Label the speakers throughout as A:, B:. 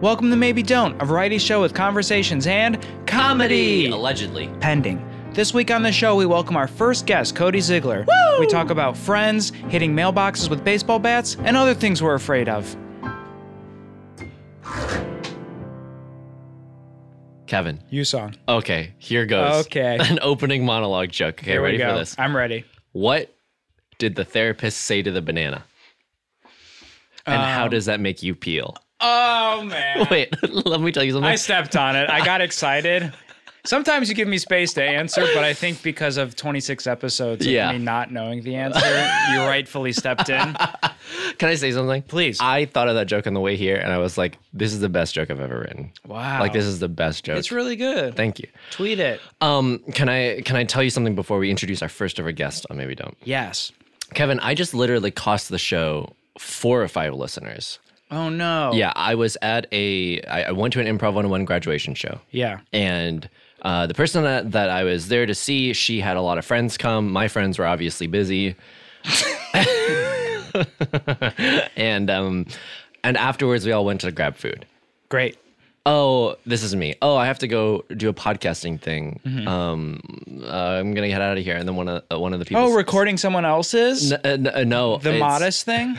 A: Welcome to Maybe Don't, a variety show with conversations and comedy.
B: Allegedly.
A: pending. This week on the show, we welcome our first guest, Cody Ziegler. We talk about friends, hitting mailboxes with baseball bats, and other things we're afraid of.
B: Kevin.
A: You song.
B: Okay, here goes.
A: Okay.
B: An opening monologue joke. Okay,
A: Here
B: ready
A: we go.
B: for this?
A: I'm ready.
B: What did the therapist say to the banana? And
A: Um,
B: how does that make you peel?
A: Oh man,
B: Wait, let me tell you something.
A: I stepped on it. I got excited. Sometimes you give me space to answer, but I think because of 26 episodes of
B: Yeah.
A: me not knowing the answer, you rightfully stepped in.
B: Can I say something?
A: Please.
B: I thought of that joke on the way here and I was like, this is the best joke I've ever written.
A: Wow.
B: Like this is the best joke.
A: It's really good.
B: Thank you.
A: Tweet it.
B: Um, can I can I tell you something before we introduce our first ever guest on Maybe Don't?
A: Yes.
B: Kevin, I just literally cost the show four or five listeners.
A: Oh no.
B: Yeah, I was at a. I I went to an improv 101 graduation show.
A: Yeah.
B: And uh, the person that, that I was there to see, she had a lot of friends come. My friends were obviously busy. and um, and afterwards, we all went to grab food.
A: Great.
B: Oh, this is me. Oh, I have to go do a podcasting thing.
A: Mm-hmm.
B: Um, uh, I'm gonna get out of here. And then one of uh, one of the people.
A: Oh, recording someone else's.
B: Uh, n- uh, no,
A: the
B: it's-
A: modest thing.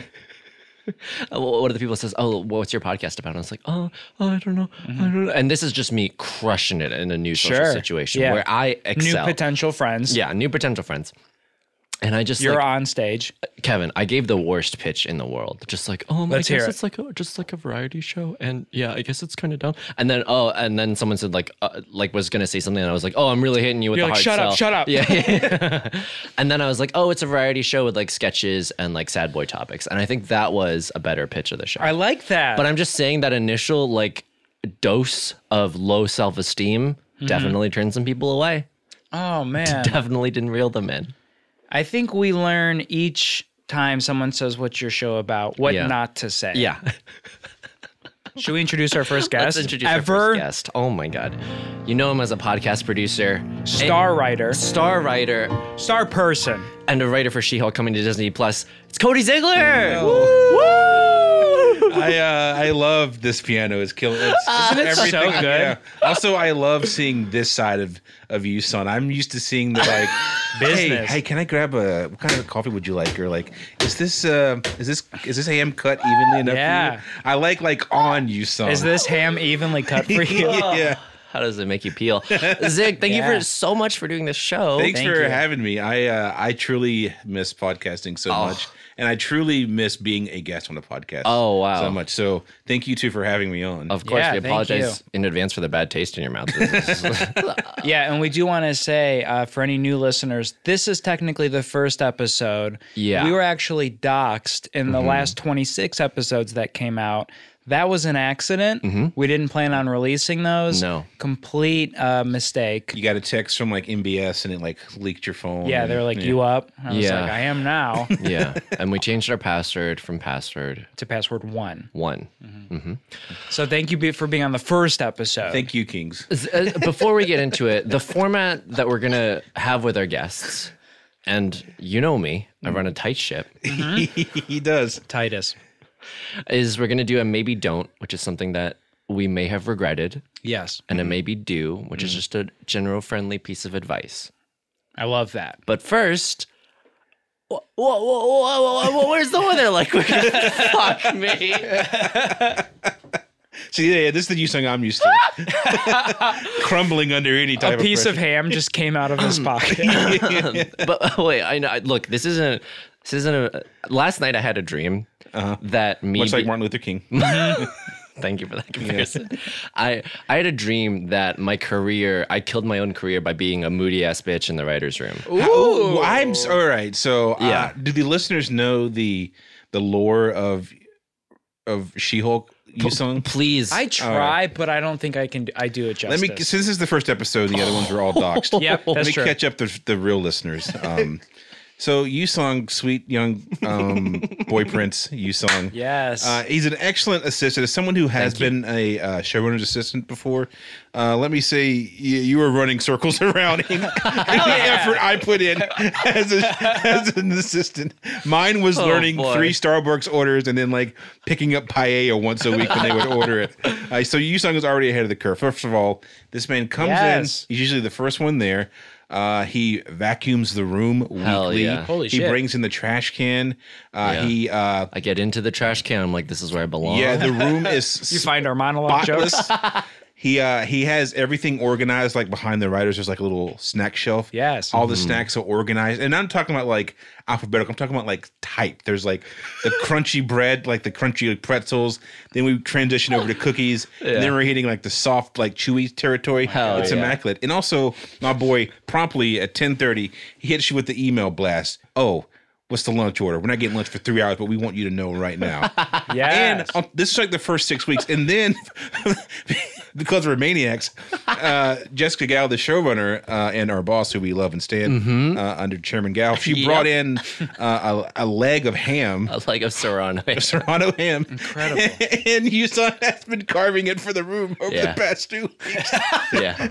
B: uh, one of the people says, "Oh, what's your podcast about?" And I was like, "Oh, I don't know, I don't know." And this is just me crushing it in a new
A: Mm-hmm. Sure,
B: social situation
A: yeah.
B: where I excel.
A: New potential friends.
B: yeah, new potential friends. And I just
A: You're
B: like,
A: on stage.
B: Kevin, I gave the worst pitch in the world. Just like, oh, I
A: Let's hear
B: guess
A: it.
B: it's like a, just like a variety show, and yeah, I guess it's kind of dumb. And then oh, and then someone said like uh, like was gonna say something, and I was like, oh, I'm really hitting you with
A: You're
B: the
A: like, "Shut
B: hard
A: up,
B: sell."
A: shut up.
B: Yeah, yeah. and then I was like, oh, it's a variety show with like sketches and like sad boy topics, and I think that was a better pitch of the show.
A: I like that.
B: But I'm just saying that initial like dose of low self esteem
A: Mm-hmm.
B: definitely turned some people away.
A: oh man,
B: Definitely didn't reel them in.
A: I think we learn each time someone says what's your show about, what
B: Yeah.
A: not to say.
B: Yeah.
A: Should we introduce our first guest?
B: Let's introduce
A: Ever
B: our first guest. Oh my god. You know him as a podcast producer,
A: star writer,
B: a star writer,
A: star person.
B: and a writer for She-Hulk coming to Disney Plus. It's Cody Ziegler. Woo!
C: I uh, I love this piano. It's killing. It's just
A: Isn't it so
C: everything.
A: good?
C: Yeah. Also, I love seeing this side of of you, son. I'm used to seeing the like Hey,
A: Business.
C: hey, can I grab a what kind of coffee would you like? Or like, is this uh, is this is this ham cut evenly enough?
A: Yeah.
C: For you? I like like on you, son.
A: Is this Oh, ham evenly cut for you?
C: yeah.
B: How does it make you peel? Zig, thank you
A: Yeah.
B: for so much for doing this show.
C: Thanks
A: Thank
C: for
A: you.
C: having me. I uh, I truly miss podcasting so
A: Oh.
C: much, and I truly miss being a guest on a podcast.
B: Oh, wow.
C: so much. So thank you two for having me on.
B: of course,
A: Yeah,
B: we
A: thank
B: apologize in advance for the bad taste in your mouth. This is-
A: Yeah, and we do want to say uh, for any new listeners, this is technically the first episode.
B: Yeah.
A: We were actually doxxed in the last 26 episodes that came out. That was an accident. We didn't plan on releasing those.
B: No.
A: Complete uh, mistake.
C: you got a text from like MBS and it like leaked your phone.
A: Yeah,
C: and-
A: they were like, you up? I was
B: Yeah.
A: like, I am now
B: yeah, and we changed our password from password
A: to password one.
B: one.
A: So thank you be- for being on the first episode.
C: Thank you, Kings.
B: Uh, before we get into it, the format that we're gonna have with our guests, and you know me, I run a tight ship,
C: he does.
A: Titus.
B: is we're gonna do a maybe don't, which is something that we may have regretted,
A: Yes.
B: and a maybe do, which is just a general friendly piece of advice.
A: I love that.
B: But first. Whoa, whoa, whoa, whoa, whoa, whoa, where's the weather? Like, fuck me.
C: See, yeah, this is the you song I'm used to. Crumbling under any type
A: A piece of
C: of
A: ham just came out of his pocket.
B: but wait, I know. I- Look, this isn't. This isn't a. Last night I had a dream that me.
C: much like
B: be-
C: Martin Luther King.
B: Thank you for that comparison. I I had a dream that my career, I killed my own career by being a moody ass bitch in the writers' room.
C: Oh, I'm s- all right. So, uh,
B: Yeah.
C: do the listeners know the the lore of of She-Hulk you song?
B: Please, uh,
A: I try, but I don't think I can. Do, I do it
C: Let
A: justice.
C: me. Since this is the first episode, the other ones were all doxxed.
A: Yep,
C: Let
A: that's
C: me
A: true.
C: catch up the the real listeners. Um, So you song sweet young um, boy prince you song.
A: Yes.
C: Uh, he's an excellent assistant. As someone who has been a uh, showrunner's assistant before, uh, let me say you, you were running circles around him. and the effort I put in as, a, as an assistant. Mine was learning
B: Oh, boy.
C: three Starbucks orders and then like picking up paella once a week when they would order it. Uh, so Yusung is already ahead of the curve. First of all, this man comes
A: Yes.
C: in. He's usually the first one there. Uh, he vacuums the room
B: Hell
C: weekly.
B: yeah.
D: Holy
C: he
D: shit.
C: brings in the trash can. Uh,
B: Yeah.
C: He uh,
B: I get into the trash can. I'm like, this is where I belong.
C: yeah, the room
A: you
C: is
A: find our monologue jokes.
C: spotless. he uh, he has everything organized. Like behind the writers, there's like a little snack shelf.
A: Yes.
C: all
B: Mm-hmm.
C: the snacks are organized, and I'm talking about like alphabetical. I'm talking about like type. There's like the crunchy bread, like the crunchy like, pretzels. Then we transition over to cookies. And then we're hitting like the soft, like chewy territory.
B: Hell
C: it's
B: yeah.
C: immaculate. And also, my boy promptly at 10:30, he hits you with the email blast. Oh. What's the lunch order? We're not getting lunch for three hours, but we want you to know right now.
A: Yes.
C: And uh, this is like the first six weeks. And then, because we're maniacs, uh, Jessica Gal, the showrunner, uh, and our boss, who we love and stand uh, under Chairman Gal, she brought in uh, a, a leg of ham.
B: Like a Serrano.
C: Serrano ham. Incredible. and Yusan has been carving it for the room over
B: Yeah.
C: the past two weeks.
B: yeah.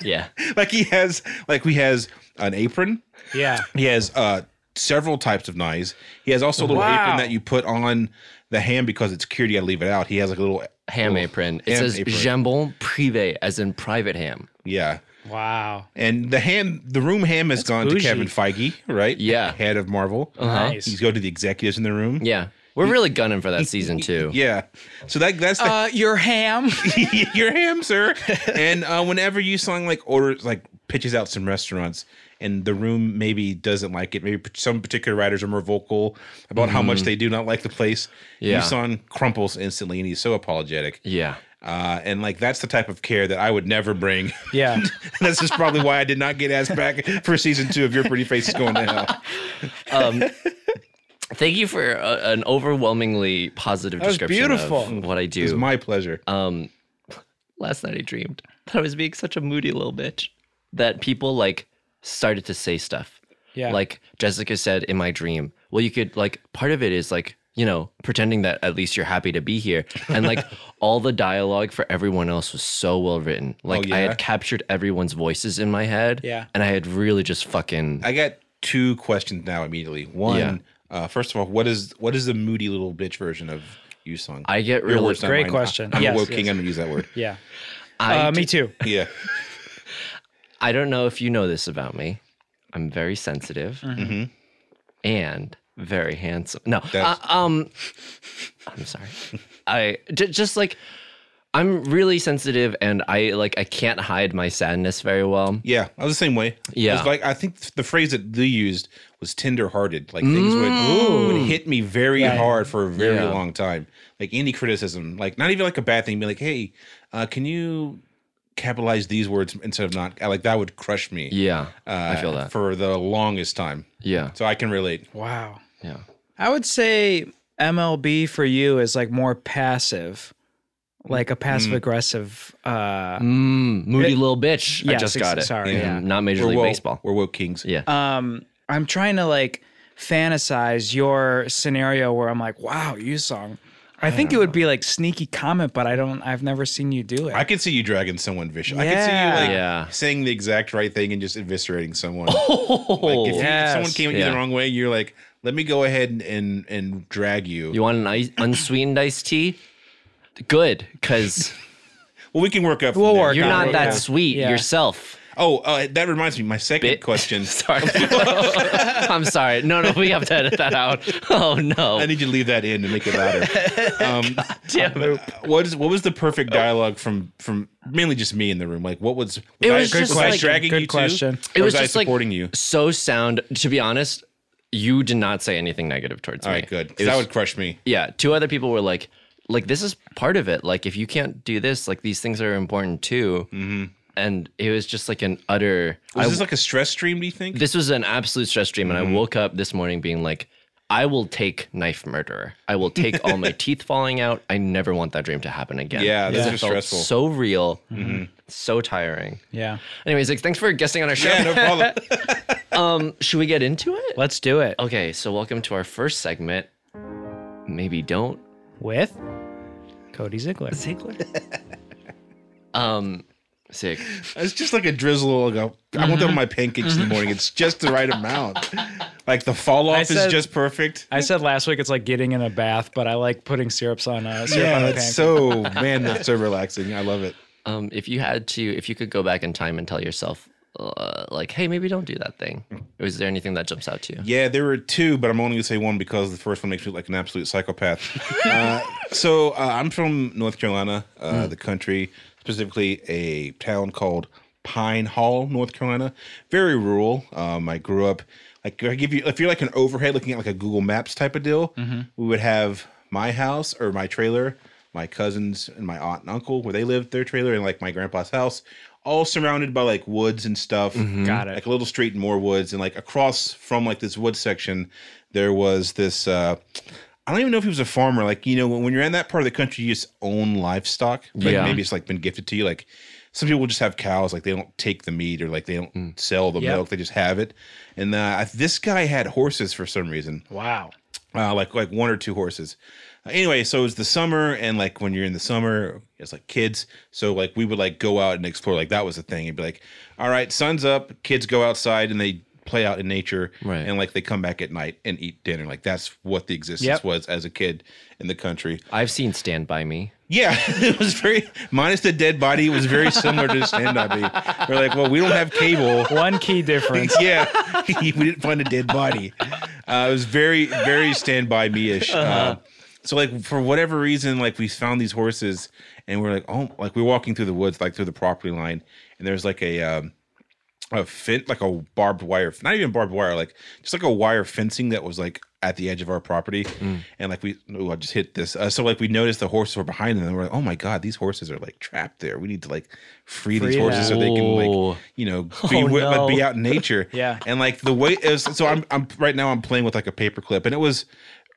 B: Yeah.
C: like he has, like we has an apron.
A: yeah.
C: He has uh several types of knives. He has also a little
A: Wow.
C: apron that you put on the ham because it's cured. You got to leave it out. He has like a little
B: Ham apron. It
C: ham
B: says
C: apron.
B: jambon privé, as in private ham.
C: yeah.
A: Wow.
C: And the ham, the room ham has gone
A: bougie. Uh-huh.
C: to Kevin Feige, right?
B: Yeah.
C: head of Marvel.
A: Nice.
C: He's go to the executives in the room.
B: Yeah. We're really gunning for that season two.
C: Yeah. So that that's the,
A: Uh, your ham.
C: your ham, sir. and uh, whenever you song like orders like pitches out some restaurants and the room maybe doesn't like it, maybe some particular writers are more vocal about how much they do not like the place.
B: Mm-hmm. Yeah.
C: Yusan crumples instantly and he's so apologetic.
B: Yeah.
C: Uh, and like that's the type of care that I would never bring.
A: yeah.
C: this is probably why I did not get asked back for season two of Your Pretty Face is Going to Hell.
B: Thank you for uh, an overwhelmingly positive
A: was
B: description
A: beautiful.
B: of what I
C: It's
B: do.
C: my pleasure.
B: Uh, Last night I dreamed that I was being such a moody little bitch that people like started to say stuff.
A: Yeah.
B: Like Jessica said in my dream. Well, you could like part of it is like, you know, pretending that at least you're happy to be here. And like all the dialogue for everyone else was so well written. Like I
C: yeah?
B: had captured everyone's voices in my head.
A: Yeah.
B: And I had really just fucking
C: I got two questions now immediately. One,
B: Yeah.
C: uh, first of all, what is what is the moody little bitch version of you song?
B: I get
C: Your
B: really
C: words, not
A: Great
C: mine.
A: question.
C: I'm
A: Yes,
C: a woke king.
A: yes.
C: I'm gonna use that word.
A: Yeah.
B: I
A: Uh, me too.
C: Yeah,
B: I don't know if you know this about me. I'm very sensitive
A: Mm-hmm.
B: and very handsome. No,
C: Mm-hmm. That's-
B: uh, um, I'm sorry. I j- just like I'm really sensitive and I like I can't hide my sadness very well.
C: yeah. I was the same way.
B: Yeah.
C: It's like I think the phrase that they used was tender-hearted. Like things
A: Mm.
C: would, would hit me very hard for a very
B: Yeah.
C: long time. Like any criticism, like not even like a bad thing. Be like, hey, uh, can you capitalize these words instead of not? Like that would crush me.
B: Yeah,
C: uh,
B: I feel that.
C: for the longest time.
B: yeah,
C: So I can relate.
A: Wow.
B: yeah.
A: I would say MLB for you is like more passive, like a passive aggressive. Uh,
B: Mm, moody little bitch. I
A: yes,
B: just
A: ex-
B: got it.
A: sorry,
B: Mm,
A: yeah.
B: Not Major
C: We're
B: League
C: woke.
B: Baseball.
C: We're woke kings.
B: Yeah.
A: um, I'm trying to like fantasize your scenario where I'm like, wow, you song. I, think it would be like sneaky comment, but I don't. I've never seen you do it.
C: I could see you dragging someone vicious. I
A: Yeah.
C: could see you like
B: Yeah.
C: saying the exact right thing and just eviscerating someone.
B: Oh,
C: If, you- if
A: Yes.
C: someone came at you
B: Yeah.
C: the wrong way, you're like, let me go ahead and and, and drag you.
B: you want an ice, unsweetened iced tea? Good, because
C: Well, we can work up. from
A: We'll
C: there.
A: work
B: you're
A: Yeah,
B: not
A: yeah.
B: that sweet
A: Yeah.
B: yourself.
C: Oh, uh, that reminds me. My second
B: Bit.
C: question.
B: Sorry. I'm sorry. No, no, we have to edit that out. Oh no.
C: I need you to leave that in to make it louder. Um,
B: Damn it.
C: what is what was the perfect dialogue from from mainly just me in the room? Like, what was? was
B: It was
C: I,
B: just
C: was I
B: like-
C: dragging
A: Good
C: you
A: question.
C: Too,
B: It
C: or
B: was
C: was
B: just
C: I
B: like
C: supporting you?
B: so sound. To be honest, you did not say anything negative towards
C: All
B: me.
C: right, good. 'Cause
B: It
C: that
B: was-
C: would crush me.
B: yeah. Two other people were like, like this is part of it. Like if you can't do this, like these things are important too. Mm-hmm. And it was just like an utter.
C: Was
B: I-
C: this like a stress stream? Do you think?
B: this was an absolute stress dream,
C: Mm-hmm.
B: and I woke up this morning being like. I will take knife murderer. I will take all my teeth falling out. I never want that dream to happen again.
C: yeah,
B: It
C: that's just
B: felt
C: stressful. Mm-hmm.
B: so real, so tiring.
A: yeah.
B: Anyways, like, thanks for guesting on our show.
C: yeah, no problem.
B: um, should we get into it?
A: Let's do it
B: Okay, so welcome to our first segment. Maybe don't.
A: with Cody Ziegler.
B: Ziegler. um, sick.
C: It's just like a drizzle. I go. I want that on
A: Mm-hmm.
C: my pancakes in the morning. It's just the right amount. Like the fall
A: I
C: off
A: said-
C: is just perfect.
A: I said last week it's like getting in a bath, but I like putting syrups on uh, syrup on
C: Yeah,
A: a
C: it's
A: pancake.
C: so man, that's so relaxing. I love it.
B: Um, if you had to, if you could go back in time and tell yourself, uh, like, hey, maybe don't do that thing. Or is there anything that jumps out to you?
C: Mm. Yeah, there were two, but I'm only gonna say one because the first one makes me look like an absolute psychopath. uh, so uh, I'm from North Carolina, uh,
A: Mm.
C: the country, specifically a town called Pine Hall, North Carolina. Very rural. Um, I grew up like if I give you if you're like an overhead looking at like a Google Maps type of deal,
A: Mm-hmm.
C: we would have my house or my trailer, my cousins and my aunt and uncle where they lived, their trailer, and like my grandpa's house. All surrounded by like woods and stuff.
A: Mm-hmm. Got it.
C: Like a little street and more woods, and like across from like this wood section, there was this. Uh, I don't even know if he was a farmer. Like you know, when, when you're in that part of the country, you just own livestock. Like
B: Yeah.
C: maybe it's like been gifted to you. Like some people just have cows. Like they don't take the meat or like they don't sell the
A: Yep.
C: milk. They just have it. And uh, I- this guy had horses for some reason
A: Wow.
C: uh, like like one or two horses. Uh, Anyway, so it was the summer, and like when you're in the summer, it's like kids. So like we would like go out and explore. Like that was the thing. It'd be like, all right, sun's up, kids go outside and they play out in nature,
B: Right.
C: and like they come back at night and eat dinner. Like that's what the existence
A: Yep.
C: was as a kid in the country.
B: I've seen Stand By Me.
C: Yeah, it was very minus the dead body. It was very similar to Stand Up. We're like, well, we don't have cable.
A: One key difference.
C: yeah, we didn't find a dead body. Uh, it was very, very stand by me ish. Uh, so like for whatever reason, like we found these horses and we're like, oh, like we're walking through the woods, like through the property line, and there's like a. Um, a fit like a barbed wire, not even barbed wire, like just like a wire fencing that was like at the edge of our property, and like we, oh, I just hit this. Uh, so like we noticed the horses were behind them, and we're like, oh my god, these horses are like trapped there. We need to like free,
A: Free
C: these horses
A: them.
C: so they can
B: Ooh.
C: like you know be
B: Oh,
C: with, but be
B: no.
C: out in nature.
A: Yeah.
C: and like the way it was, so I'm I'm right now I'm playing with like a paperclip, and it was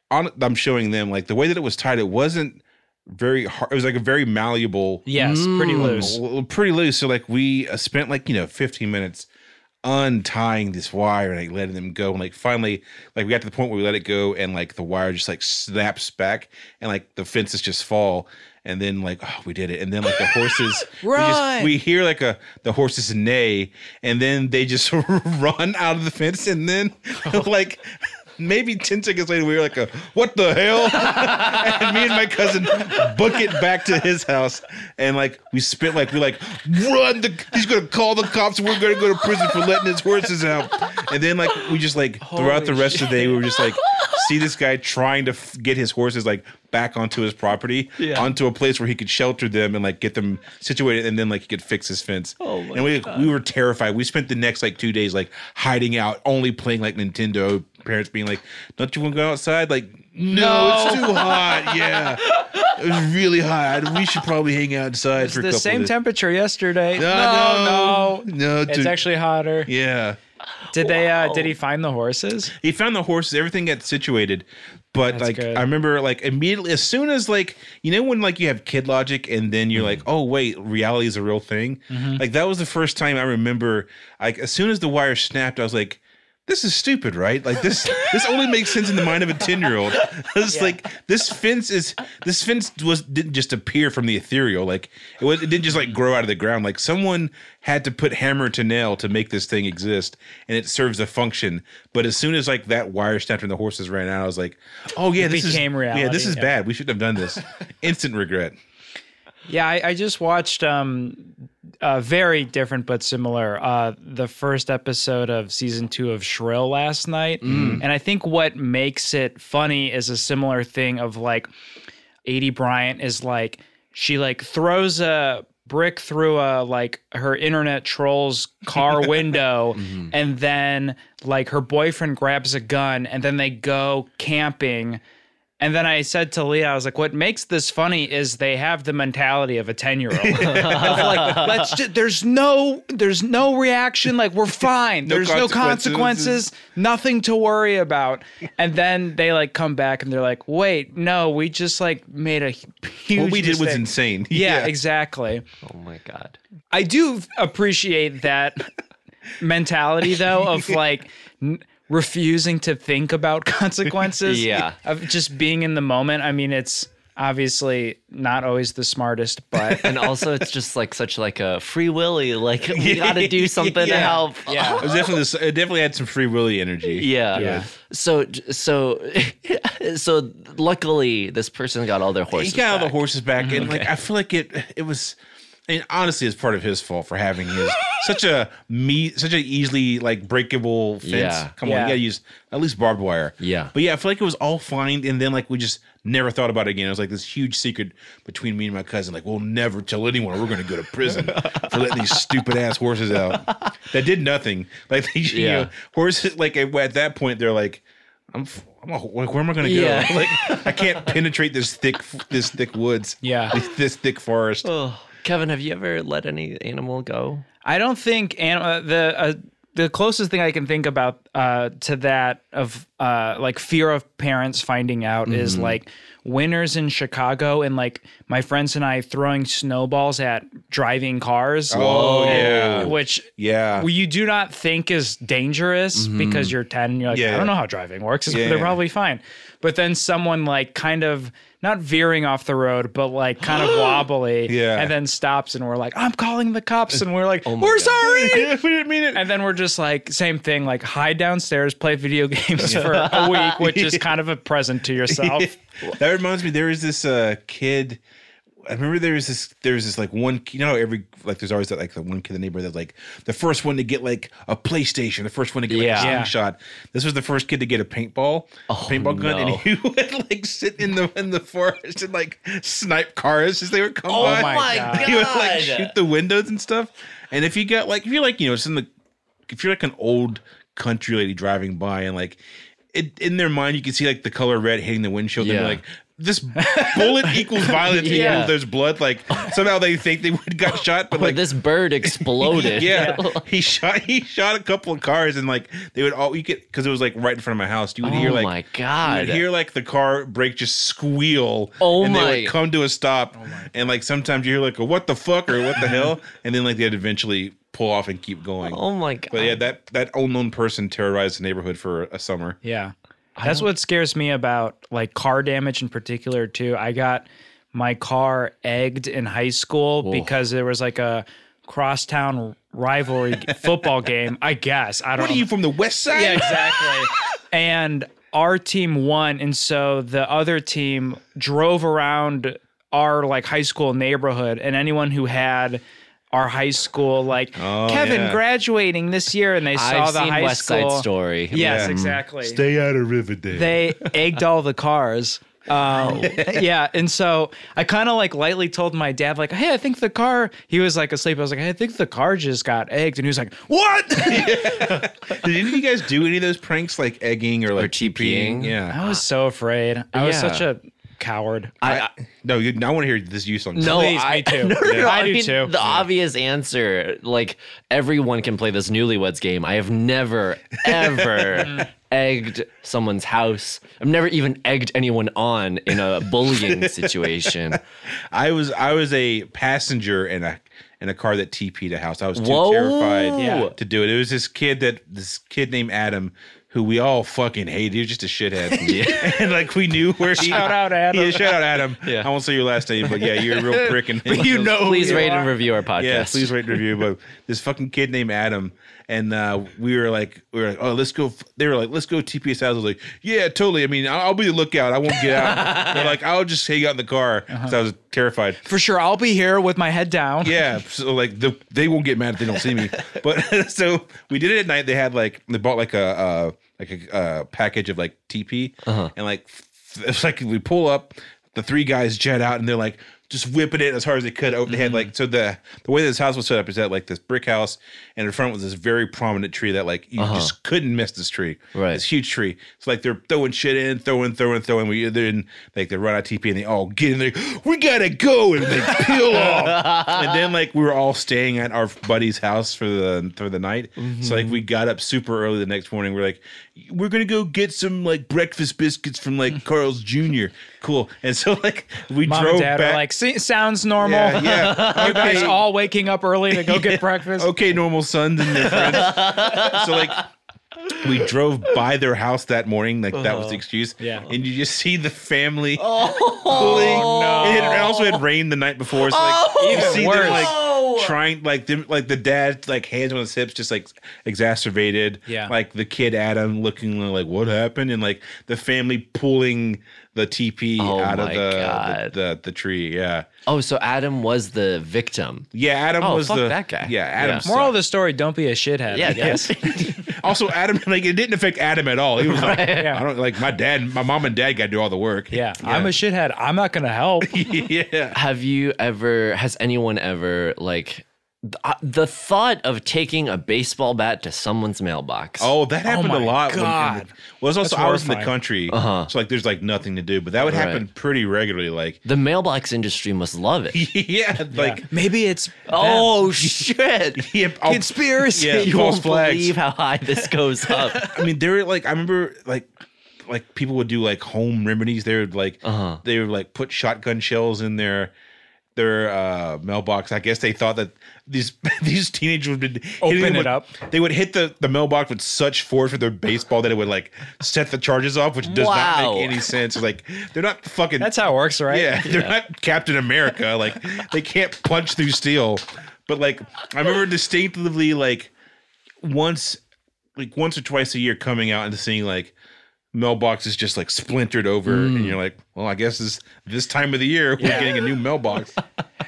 C: on. I'm showing them like the way that it was tied. It wasn't very hard. It was like a very malleable
A: Yes, pretty loose.
C: Mm. well, pretty loose. So like we uh, spent like you know 15 minutes untying this wire and like letting them go, and like finally like we got to the point where we let it go, and like the wire just like snaps back, and like the fences just fall. And then like oh, we did it, and then like the horses, we, just,
A: Run!
C: we hear like a the horses neigh, and then they just run out of the fence, and then like maybe ten seconds later we were like a what the hell, and me and my cousin book it back to his house and like we spent like we like run the he's gonna call the cops we're gonna go to prison for letting his horses out and then like we just like throughout the rest of the day we were just like see this guy trying to f- get his horses like back onto his property onto a place where he could shelter them and like get them situated and then like he could fix his fence oh and we we were terrified we spent the next like two days like hiding out only playing like nintendo parents being like don't you want to go outside like no, it's too hot. Yeah, it was really hot. We should probably hang outside for a
A: The
C: couple
A: same
C: of days.
A: temperature yesterday.
C: No, no,
A: no, no.
C: no.
A: It's
C: dude.
A: actually hotter.
C: yeah.
A: Did they? Uh, did he find the horses?
C: He found the horses. Everything got situated, but like
A: good.
C: I remember, like immediately as soon as like you know when like you have kid logic and then you're like, oh wait, reality is a real thing. Like that was the first time I remember. Like as soon as the wire snapped, I was like. This is stupid, right? Like this. this only makes sense in the mind of a ten-year-old. It's like this fence is this fence was didn't just appear from the ethereal. Like it was, it didn't just like grow out of the ground. Like someone had to put hammer to nail to make this thing exist, and it serves a function. But as soon as like that wire snapped and the horses ran out, I was like, oh yeah, this
A: became
C: is Yeah, this
A: reality,
C: is
A: yeah.
C: bad. We shouldn't have done this. Instant regret.
A: Yeah, I, I just watched um, uh, very different but similar. Uh, the first episode of season two of Shrill last night,
C: Mm.
A: and I think what makes it funny is a similar thing of like, Adie Bryant is like she like throws a brick through a like her internet troll's car window and then like her boyfriend grabs a gun and then they go camping and then I said to Leah, I was like, what makes this funny is they have the mentality of a 10 year old. like, let's just, there's no, there's no reaction. Like, we're fine. there's no
C: consequences.
A: consequences, nothing to worry about. And then they like come back and they're like, wait, no, we just like made a hu- huge
C: What we did was
A: mistake."
C: insane.
A: Yeah, exactly.
B: Oh my God.
A: I do f- appreciate that mentality though of like n- refusing to think about consequences.
B: Yeah.
A: Of just being in the moment. I mean, it's obviously not always the smartest, but
B: and also it's just like such like a free willy like we gotta do something to
C: Yeah.
B: help
C: It was definitely this- it definitely had some free willy energy.
B: yeah.
A: Yeah.
B: so so so luckily this person got all their horses
C: he got all the
B: back.
C: horses back, and like I feel like it it was. I mean, honestly, it's part of his fault for having his such a me such an easily like breakable fence.
B: Yeah.
C: Come on,
A: Yeah.
C: you gotta use at least barbed wire.
B: Yeah.
C: but yeah, I feel like it was all fine, and then like we just never thought about it again. It was like this huge secret between me and my cousin. Like we'll never tell anyone. We're gonna go to prison for letting these stupid ass horses out that did nothing. Like they, you
B: Yeah.
C: know, horses. Like at that point, they're like. I'm, f- I'm a, like, where am I gonna go?
B: Yeah.
C: Like, I can't penetrate this thick, this thick woods.
A: Yeah.
C: this, this thick forest.
B: Oh, Kevin, have you ever let any animal go?
A: I don't think anim- uh, the uh, the closest thing I can think about uh, to that of uh, like fear of parents finding out is
C: Mm-hmm.
A: like winters in Chicago and like my friends and I throwing snowballs at driving cars.
C: Oh, yeah.
A: which.
C: Yeah, Mm-hmm.
A: Well, you do not think is dangerous because you're 10 and you're like,
C: Yeah.
A: I don't know how driving works. It's-
C: Yeah.
A: They're probably fine. But then someone like kind of not veering off the road, but like kind of wobbly
C: Yeah.
A: and then stops and we're like, I'm calling the cops. And we're like,
B: Oh my
A: we're
B: God.
A: sorry.
C: we didn't mean it.
A: And then we're just like, same thing, like hide downstairs, play video games for a week, which is kind of a present to yourself.
C: that reminds me. There is this uh, kid. I remember there was this. There was this like one. You know, how every like there's always that like the one kid in the neighborhood that's like the first one to get like a PlayStation, the first one to get like,
B: Yeah.
C: a
A: Yeah.
C: slingshot. This was the first kid to get a paintball, a paintball
B: no.
C: gun, and he would like sit in the in the forest and like snipe cars as they would
B: Oh
C: come by.
A: my God.
C: Oh He would like shoot the windows and stuff. And if you got like if you're like you know it's in the if you're like an old country lady driving by and like it, in their mind you can see like the color red hitting the windshield and
B: Yeah.
C: they're like this bullet equals violence
B: Yeah.
C: equals there's blood like somehow they think they would got shot but
B: Where
C: like
B: this bird exploded.
C: yeah, he shot he shot a couple of cars and like they would all you could because it was like right in front of my house you would hear
B: Oh
C: like
B: my
C: you
B: god.
C: would hear like the car brake just squeal.
B: Oh
C: and They
B: my-
C: would come to a stop, and like sometimes you hear like a what the fuck or what the hell, and then like they'd eventually pull off and keep going.
B: oh my god.
C: But yeah, that that unknown person terrorized the neighborhood for a summer.
A: Yeah. That's what scares me about like car damage in particular too. I got my car egged in high school because there was like a crosstown rivalry g- football game, I guess. I don't
C: What are
A: know.
C: you from the west side?
A: Yeah, exactly. and our team won, and so the other team drove around our like high school neighborhood, and anyone who had our high school like Kevin
C: Oh, yeah.
A: graduating this year, and they saw
B: I've
A: the
B: seen
A: high
B: West
A: school.
B: Side Story.
A: Yes,
C: Yeah.
A: exactly.
C: Stay out of Riverdale.
A: They egged all the cars. Um, yeah, and so I kind of like lightly told my dad, like, "Hey, I think the car." He was like asleep. I was like, "Hey, I think the car just got egged," and he was like, "What?"
C: Did any of you guys do any of those pranks like egging or like
B: TPing?
C: Yeah.
A: I was so afraid. I was
B: Yeah.
A: such a coward.
B: I,
C: I, no, you, I want to hear this use on.
B: no,
A: Please,
B: I,
A: me too.
B: No, no,
A: Yeah.
B: no,
A: I
B: I,
A: do
B: mean,
A: too.
B: The obvious answer, like everyone can play this newlyweds game. I have never, ever egged someone's house. I've never even egged anyone on in a bullying situation.
C: I was I was a passenger in a in a car that TP'd a house. I was too
B: Whoa.
C: terrified
B: Yeah.
C: to do it. It was this kid that this kid named Adam who we all fucking hated. He was just a shithead. and like we knew where he
A: Shout out, Adam.
C: Yeah, shout out Adam.
B: Yeah.
C: I won't say your last name, but yeah, you're a real prick and
B: You know, please
A: you
B: rate
A: are.
B: and review our podcast.
C: yeah, please rate and review. But this fucking kid named Adam, and uh, we were like, we were like, oh, let's go. f- They were like, let's go TPS house. I was like, yeah, totally. I mean, I'll, I'll be the lookout. I won't get out. They're like, I'll just hang out in the car. So I was terrified.
A: For sure, I'll be here with my head down.
C: Yeah, so like the they won't get mad if they don't see me. But so we did it at night. They had like they bought like a uh, like a uh, package of like TP and like f- it's like we pull up, the three guys jet out and they're like just whipping it as hard as they could. Over, They had like so the the way this house was set up is that like this brick house and in front was this very prominent tree that like you just couldn't miss this tree.
B: Right.
C: This huge tree. So like they're throwing shit in, throwing, throwing, throwing. We then like they run out TP and they all get in there. We gotta go and they peel off. And then like we were all staying at our buddy's house for the for the night. So
A: Mm-hmm.
C: like we got up super early the next morning. We're like, we're gonna go get some like breakfast biscuits from like Carl's Jr. Cool. And so like we
A: Mom
C: drove
A: and dad
C: back.
A: are like, se- sounds normal.
C: Yeah, yeah.
A: You guys all waking up early to go get breakfast.
C: okay, normal sons and their friends. so like we drove by their house that morning, like that was
B: Uh-huh.
C: the excuse.
A: Yeah.
C: And you just see the family
B: Oh.
C: pulling. And it also had rained the night before. So like
B: Oh.
C: you
A: Even
C: see
A: worse.
C: them like trying like them like the dad like hands on his hips just like exacerbated.
A: Yeah.
C: Like the kid Adam looking like what happened? And like the family pulling the TP
B: Oh
C: out of
B: my
C: the
B: God.
C: the, the the tree. Yeah.
B: Oh, so Adam was the victim.
C: Yeah, Adam
B: Oh,
C: was
B: fuck
C: the
B: that guy.
C: Yeah, Adam.
A: Moral of the story: Don't be a shithead.
B: Yeah,
A: I guess.
B: yes.
C: Also, Adam, like it didn't affect Adam at all. He was like, I don't like my dad, my mom and dad got to do all the work.
A: Yeah, I'm a shithead. I'm not gonna help.
C: yeah.
B: Have you ever? Has anyone ever like th- uh, the thought of taking a baseball bat to someone's mailbox?
C: Oh, that happened
A: my
C: a lot. when- in the-
A: God.
C: well, it's also
A: That's
C: I was in the
A: horrifying.
C: country, so like there's like nothing to do, but that would happen
B: Right.
C: pretty regularly. Like,
B: the mailbox industry must love it.
C: yeah, like
A: Maybe it's
B: Oh shit!
C: yeah, oh, I'll-
A: conspiracy.
C: Yeah,
B: You
C: false
B: won't
C: flags.
B: believe how high this goes up.
C: I mean, there were like I remember like like people would do like home remedies. They would like they would like put shotgun shells in their their uh, mailbox. I guess they thought that these these teenagers would be
A: Open
C: hitting them
A: it
C: with-
A: up.
C: They would hit the the mailbox with such force with their baseball that it would like set the charges off, which does not
B: Wow.
C: make any sense. It's like they're not fucking.
A: That's how it works, right?
C: Yeah, they're not Captain America. Like they can't punch through steel. But like I remember distinctively like once like once or twice a year coming out and seeing like mailbox is just like splintered over and you're like, well, I guess this this time of the year we're getting a new mailbox.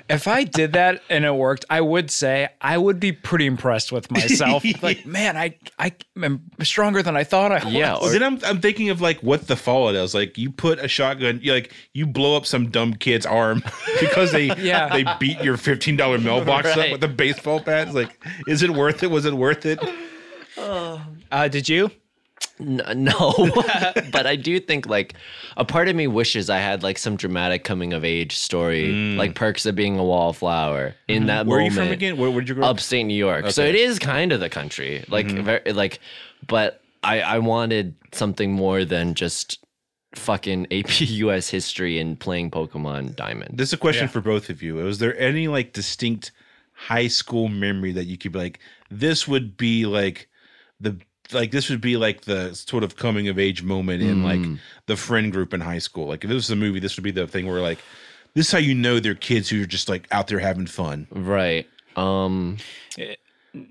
A: If I did that and it worked, I would say I would be pretty impressed with myself. like, man, I I am stronger than I thought I was.
B: Yeah,
C: Well, then I'm I'm thinking of like what the fallout is. Like you put a shotgun, you like you blow up some dumb kid's arm because they
A: Yeah.
C: they beat your fifteen dollar mailbox up
B: Right.
C: with a baseball bat. It's like, is it worth it? Was it worth it?
A: Uh, did you?
B: N- No, but I do think like a part of me wishes I had like some dramatic coming of age story, like perks of being a wallflower in that
C: Mm. Mm-hmm. Where are you
B: moment.
C: from again? Where would you grow up?
B: Upstate New York, so it is kind of the country, like
C: Mm-hmm.
B: very like, but I I wanted something more than just fucking AP US history and playing Pokemon Diamond.
C: This is a question for both of you. Was there any like distinct high school memory that you could be like, this would be like the like this would be like the sort of coming of age moment in
A: Mm.
C: like the friend group in high school. Like if this was a movie, this would be the thing where like this is how you know they're kids who are just like out there having fun.
A: Mm.
B: right. Um.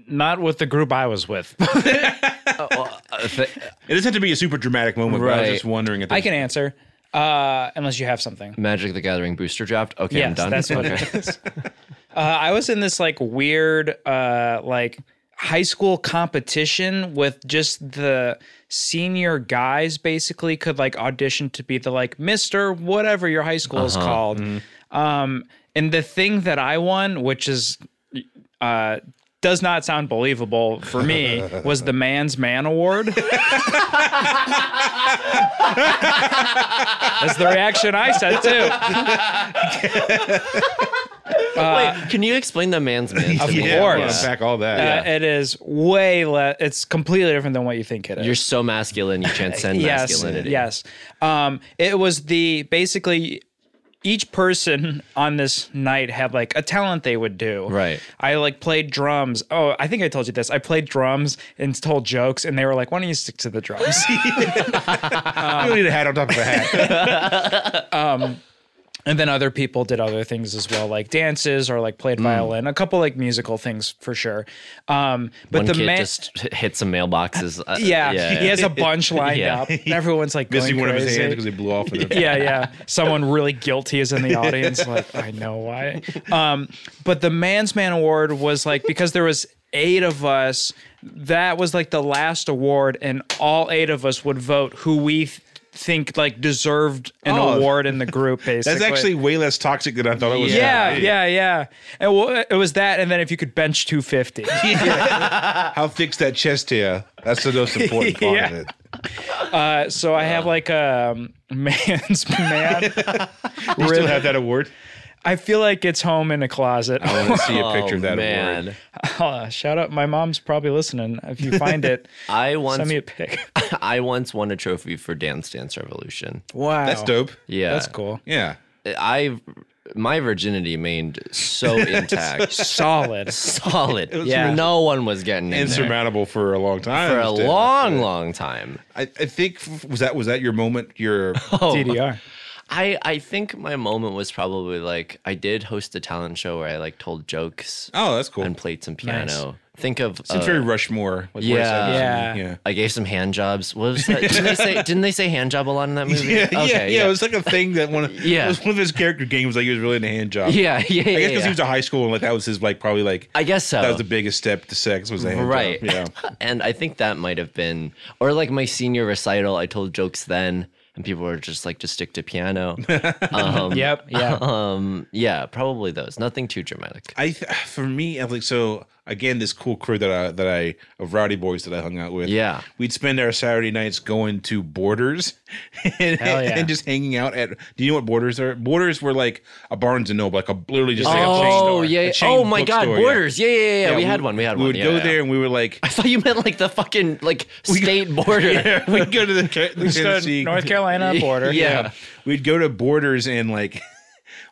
A: Not with the group I was with.
B: uh, th-
C: It doesn't have to be a super dramatic moment, but I was
B: Right.
C: just wondering. If
A: I can answer, uh, unless you have something.
B: Magic the Gathering booster draft. Okay, I'm
A: Yes,
B: done.
A: that's what it is. Uh, I was in this like weird, uh, like high school competition with just the senior guys. Basically, could like audition to be the like Mister whatever your high school
C: Uh-huh.
A: is called.
C: Mm-hmm.
A: Um, and the thing that I won, which is uh, does not sound believable for me, was the Man's Man Award. That's the reaction I said too.
B: Wait, can you explain the man's man? to
A: Of
B: me?
C: yeah,
A: course.
C: yeah. back all that.
A: Uh, it is way less. It's completely different than what you think it is.
B: You're so masculine, you transcend
A: yes,
B: masculinity.
A: yes. Um, it was the basically each person on this night had like a talent they would do.
B: Right.
A: I like played drums. Oh, I think I told you this. I played drums and told jokes, and they were like, "Why don't you stick to the drums?"
C: you don't need a hat on top of a hat.
A: and then other people did other things as well, like dances or like played violin, a couple like musical things for sure. Um, but
B: One
A: the
B: kid
A: man.
B: just h- hit some mailboxes. Uh,
A: yeah, he has a bunch lined
B: Yeah.
A: up. And everyone's like
C: Missing
A: going
C: one of his
A: crazy.
C: hands because he blew off. Of
A: yeah, yeah. Someone really guilty is in the audience. Like, I know why. Um, but the Man's Man Award was like because there was eight of us. That was like the last award, and all eight of us would vote who we th- think like deserved an
C: Oh.
A: award in the group. Basically,
C: That's actually way less toxic than I thought it was.
A: Yeah, yeah, yeah. And well, it was that, and then if you could bench 250.
C: How thick's that chest hair? That's the most important part of
A: Yeah.
C: it.
A: Uh, so I have like a um, man's man.
C: You still have that award?
A: I feel like it's home in a closet.
C: I want to see a
B: Oh,
C: picture of that
B: man.
C: award.
A: Uh, shout out, my mom's probably listening. If you find it,
B: I
A: send
B: once,
A: me a pic.
B: I once won a trophy for Dance Dance Revolution.
A: Wow,
C: That's dope.
B: Yeah,
A: That's cool.
C: Yeah.
B: I my virginity remained so intact,
A: Solid.
B: solid.
A: Yeah.
B: no one was getting in there
C: Insurmountable for a long time.
B: for a
C: Still.
B: long, long time.
C: I, I think f- was that was that your moment. Your
B: Oh.
A: DDR.
B: I I think my moment was probably like I did host a talent show where I like told jokes
C: oh, that's cool.
B: and played some piano. Think of
C: Seems
B: uh,
C: very Rushmore. Like
B: yeah.
C: where it's at.
A: Yeah.
C: yeah.
B: I gave some hand jobs. What was that? didn't they say didn't they say hand job a lot in that movie?
C: Yeah, yeah, yeah,
B: Okay,
C: It was like a thing that one. Of,
B: Yeah.
C: it was one of his character games. Like he was really into hand job.
B: yeah, yeah, yeah.
C: I guess
B: yeah,
C: because he was
B: yeah.
C: a high school and like that was his like probably like
B: I guess so.
C: that was the biggest step to sex was the hand
B: right.
C: Job. Yeah.
B: and I think that might have been or like my senior recital, I told jokes then and people were just like just stick to piano. um,
A: Yep. Yeah.
B: Um yeah, probably those. Nothing too dramatic.
C: I th- for me, I like so again this cool crew that I that I of rowdy boys that I hung out with.
B: Yeah.
C: we'd spend our Saturday nights going to Borders and,
A: Hell yeah.
C: and just hanging out at. Do you know what Borders are? Borders were like a Barnes and Noble, like a literally just like a chain
B: Oh
C: store.
B: yeah!
C: a
B: yeah.
C: chain
B: Oh my God!
C: bookstore, yeah.
B: Borders! Yeah, yeah, yeah. yeah. we, had one. We had
C: we
B: one.
C: would
B: yeah,
C: go
B: yeah.
C: there and we were like,
B: I thought you meant like the fucking like state border. Yeah.
C: we'd go to the, Ca- the
A: Stood
C: Tennessee,
A: North Carolina border.
C: we'd go to Borders and like,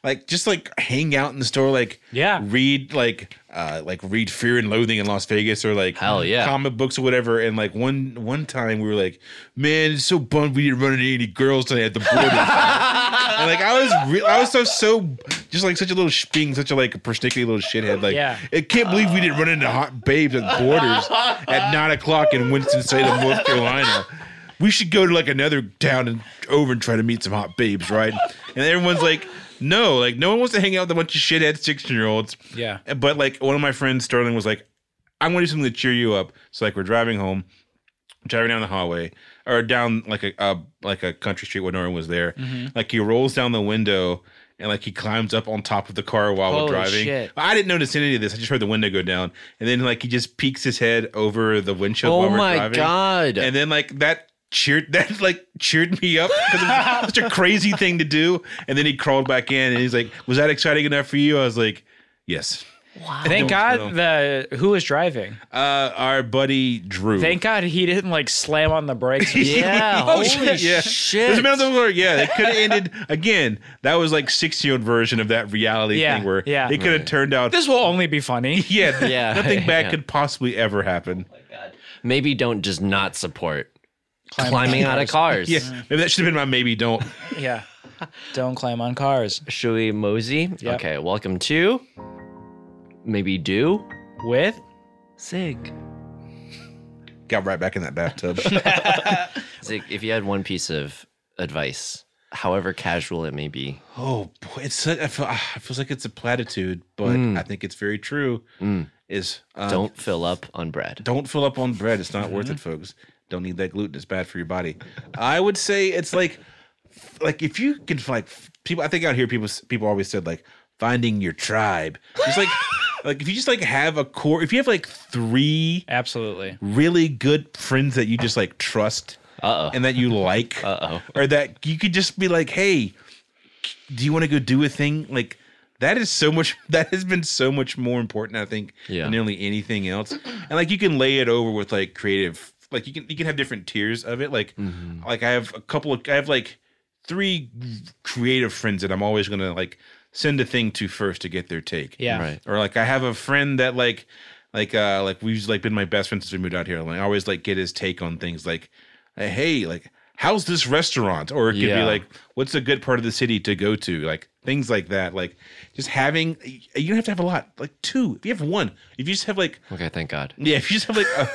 C: like just like hang out in the store, like
A: Yeah.
C: read like uh like read Fear and Loathing in Las Vegas or like
B: Hell yeah.
C: comic books or whatever. And like one one time we were like, man, it's so bummed we didn't run into any girls today at the Borders. and like I was re- I was so so just like such a little sh- being such a like persnickety little shithead. Like
A: Yeah.
C: I can't believe we didn't run into hot babes at Borders at nine o'clock in Winston Salem, North Carolina. We should go to like another town and over and try to meet some hot babes, right? And everyone's like, no, like no one wants to hang out with a bunch of shithead sixteen year olds.
A: Yeah.
C: But like one of my friends, Sterling, was like, I'm gonna do something to cheer you up. So like we're driving home, driving down the hallway or down like a uh, like a country street where no one was there. Like he rolls down the window and like he climbs up on top of the car while
A: Holy
C: we're driving.
A: shit.
C: I didn't notice any of this. I just heard the window go down, and then like he just peeks his head over the windshield.
B: Oh
C: while we're
B: my
C: driving.
B: God.
C: And then like that cheered that like cheered me up because it's such a crazy thing to do. And then he crawled back in, and he's like, "Was that exciting enough for you?" I was like, "Yes."
A: Thank God the who was driving.
C: Uh, our buddy Drew.
A: Thank God he didn't like slam on the brakes.
B: Holy
C: Oh, shit, yeah.
B: shit!
C: There's a Middle of the Floor, Yeah, it could have ended again. That was like 60 year old version of that reality
A: Yeah,
C: thing where
A: yeah.
C: it could have turned out.
A: this will only be funny.
C: yeah,
B: Yeah,
C: nothing bad
B: yeah.
C: could possibly ever happen.
B: Maybe don't just not support climbing, out of cars.
C: Yeah,
A: Mm.
C: maybe that should have been my maybe don't.
A: Yeah. Don't climb on cars.
B: Should we mosey? Okay, welcome to maybe do
A: With
B: Zig.
C: Got right back in that bathtub.
B: Zig, if you had one piece of advice, however casual it may be,
C: oh boy, it's such, I feel, ah, it feels like it's a platitude, but I think it's very true. Is uh,
B: don't fill up on bread.
C: don't fill up on bread. It's not worth it, folks. Don't need that gluten. It's bad for your body. I would say it's like, like if you can like people. I think out here people people always said like finding your tribe. Just like like if you just like have a core. If you have like three
A: absolutely.
C: really good friends that you just like trust
B: Uh-oh.
C: and that you like
B: Uh-oh.
C: or that you could just be like hey do you want to go do a thing like that is so much that has been so much more important i think
B: Yeah.
C: than nearly anything else and like you can lay it over with like creative like you can you can have different tiers of it like
B: Mm-hmm.
C: like i have a couple of i have like three creative friends that i'm always gonna like send a thing to first to get their take
A: Yeah.
B: Right.
C: or like I have a friend that like like uh like we've like been my best friend since we moved out here. Like I always like get his take on things like uh, hey, like how's this restaurant? Or it could
B: Yeah.
C: be like what's a good part of the city to go to? Like things like that. Like just having you don't have to have a lot. Like two. If you have one, if you just have like
B: Okay, thank God.
C: yeah, if you just have like a,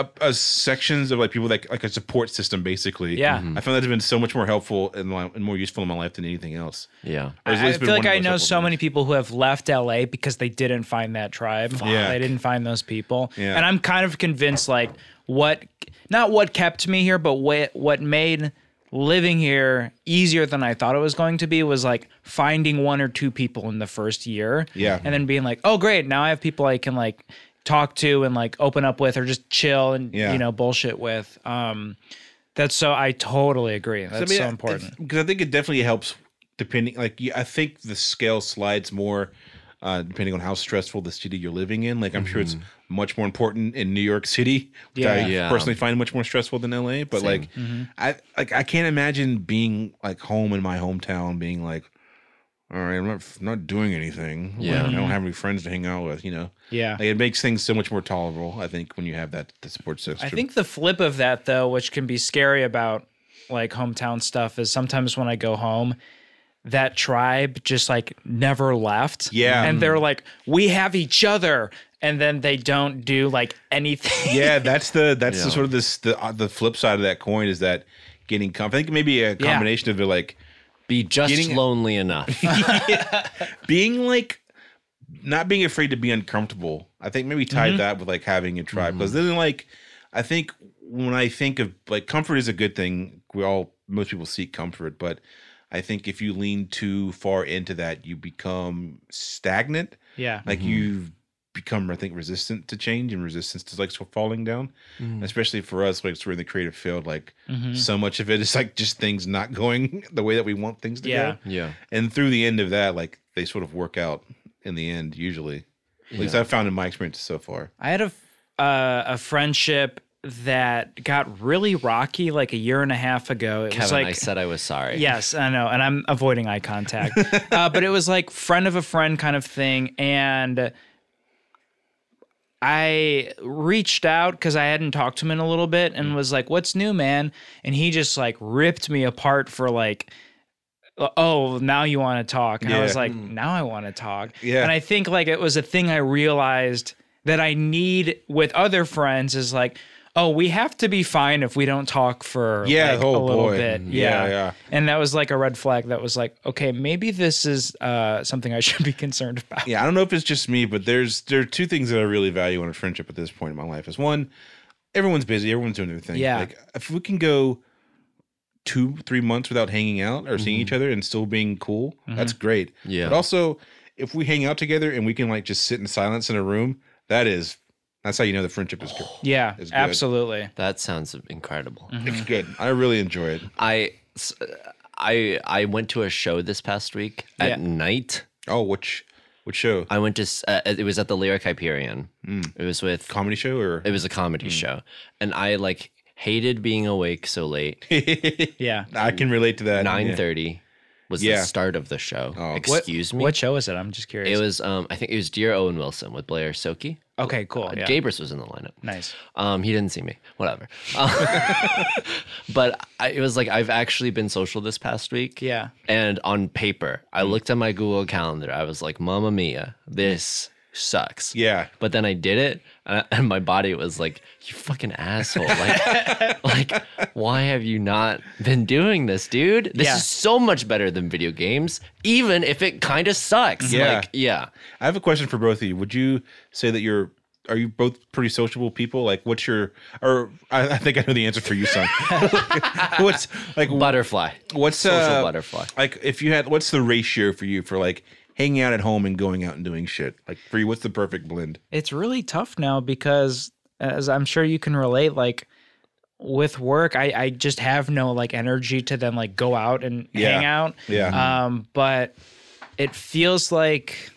C: a, a sections of like people that like a support system basically.
A: Yeah. Mhm.
C: I found that has been so much more helpful and, li- and more useful in my life than anything else.
B: Yeah.
C: Or it's at
A: I I
C: least been
A: feel like
C: one of
A: I
C: those
A: know
C: helpful
A: so
C: things.
A: many people who have left LA because they didn't find that tribe.
C: Yeah.
A: They didn't find those people.
C: Yeah.
A: And I'm kind of convinced like what not what kept me here, but what what made living here easier than I thought it was going to be was like finding one or two people in the first year.
C: Yeah.
A: And then being like, oh great, now I have people I can like talk to and like open up with or just chill and
C: Yeah.
A: you know bullshit with. Um that's so I totally agree. That's so important.
C: because I think it definitely helps. Depending, like you- I think the scale slides more uh, depending on how stressful the city you're living in. Like I'm sure it's much more important in New York City, which I
A: Yeah. Mm-hmm.
B: Yeah.
C: personally find much more stressful than LA. But like, I like I can't imagine being like home in my hometown, being like, all right, I'm not I'm not doing anything.
B: Yeah.
C: I don't have any friends to hang out with. You know,
A: Mm-hmm. Yeah.
C: Like, it makes things so much more tolerable. I think when you have that the support system.
A: I think the flip of that though, which can be scary about like hometown stuff, is sometimes when I go home, that tribe just like never left.
C: Yeah.
A: And they're like, we have each other. And then they don't do like anything.
C: yeah, that's the that's the
B: Yeah.
C: sort of this the uh, the flip side of that coin is that getting comfort. I think maybe a
A: Yeah.
C: combination of it, like
B: Be just
C: Getting-
B: lonely enough.
C: being like not being afraid to be uncomfortable. I think maybe tied that with like having a tribe because then like I think when I think of like comfort is a good thing. We all most people seek comfort, but I think if you lean too far into that, you become stagnant.
A: Yeah.
C: like you become i think resistant to change and resistance to like sort of falling down especially for us like we're in the creative field like so much of it is like just things not going the way that we want things to
A: Yeah.
C: go
B: yeah.
C: and through the end of that like they sort of work out in the end usually at least i've found in my experience so far
A: I had a uh, a friendship that got really rocky like a year and a half ago. It was
B: Kevin,
A: like
B: I said I was sorry.
A: Yes, I know, and I'm avoiding eye contact. uh, but it was like friend of a friend kind of thing, and I reached out because I hadn't talked to him in a little bit,
C: Mm.
A: and was like, "What's new, man?" And he just like ripped me apart for like. Oh, now you want to talk. And I was
C: Yeah. Mm.
A: like, now I want to talk.
C: Yeah.
A: And I think like it was a thing I realized that I need with other friends is like, oh, we have to be fine if we don't talk for
C: Yeah,
A: like,
C: oh,
A: a little
C: boy.
A: bit.
C: Yeah, yeah.
A: And that was like a red flag that was like, okay, maybe this is uh, something I should be concerned about.
C: yeah i don't know if it's just me but there's there are two things that i really value in a friendship at this point in my life is one everyone's busy everyone's doing their thing
A: Yeah.
C: like if we can go two three months without hanging out or seeing each other and still being cool that's great
B: Yeah.
C: but also if we hang out together and we can like just sit in silence in a room that is that's how you know the friendship is good
A: Yeah,
C: It's good.
A: absolutely.
B: That sounds incredible.
C: it's good i really enjoy it
B: I, s- I, I went to a show this past week
A: Yeah.
B: at night.
C: oh which which show
B: I went to, s- uh, it was at the Lyric Hyperion.
A: Mm.
B: It was with,
C: comedy show or
B: it was a comedy show. And I like hated being awake so late.
A: Yeah.
C: i can relate to that
B: Nine
C: Yeah.
B: thirty was
C: Yeah.
B: the start of the show.
C: Oh.
A: What-
B: Excuse me.
A: What show is it? I'm just
B: it
A: curious.
B: was um I think it was Dear Owen Wilson with Blair Soki.
A: okay,
C: Uh,
A: cool. Yeah.
B: Gabris was in the lineup.
A: nice.
B: Um, he didn't see me. Whatever. Um, but I, it was like I've actually been social this past week.
A: Yeah. Mm-hmm.
B: And on paper, I looked at my Google Calendar. I was like, "Mamma mia, this sucks."
C: yeah
B: But then I did it, and, I- and my body was like, "You fucking asshole! Like, like, why have you not been doing this, dude? This
A: Yeah.
B: is so much better than video games, even if it kind of sucks."
C: Yeah.
B: Like, yeah.
C: I have a question for both of you. Would you say that you're are you both pretty sociable people? Like, what's your or I, I think I know the answer for you, son. what's like
B: Butterfly.
C: what's
B: social
C: uh,
B: butterfly?
C: Like, if you had, what's the ratio for you for like hanging out at home and going out and doing shit? Like for you, what's the perfect blend?
A: It's really tough now because, as I'm sure you can relate, like with work, I, I just have no like energy to then like go out and
C: Yeah.
A: hang out.
C: Yeah,
A: Um, but it feels like